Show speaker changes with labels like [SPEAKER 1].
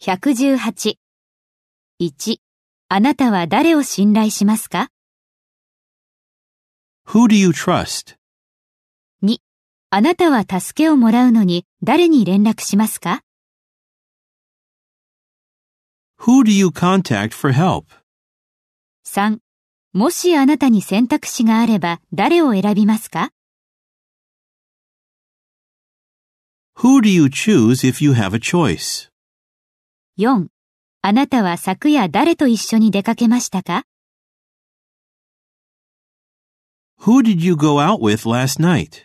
[SPEAKER 1] 118。1. あなたは誰を信頼しますか
[SPEAKER 2] Who do you trust?
[SPEAKER 1] 2. あなたは助けをもらうのに誰に連絡しますか
[SPEAKER 2] Who do you contact for help?
[SPEAKER 1] 3. もしあなたに選択肢があれば誰を選びますか
[SPEAKER 2] Who do you choose if you have a choice?
[SPEAKER 1] 4. あなたは昨夜誰と一緒に出かけましたか
[SPEAKER 2] Who did you go out with last night?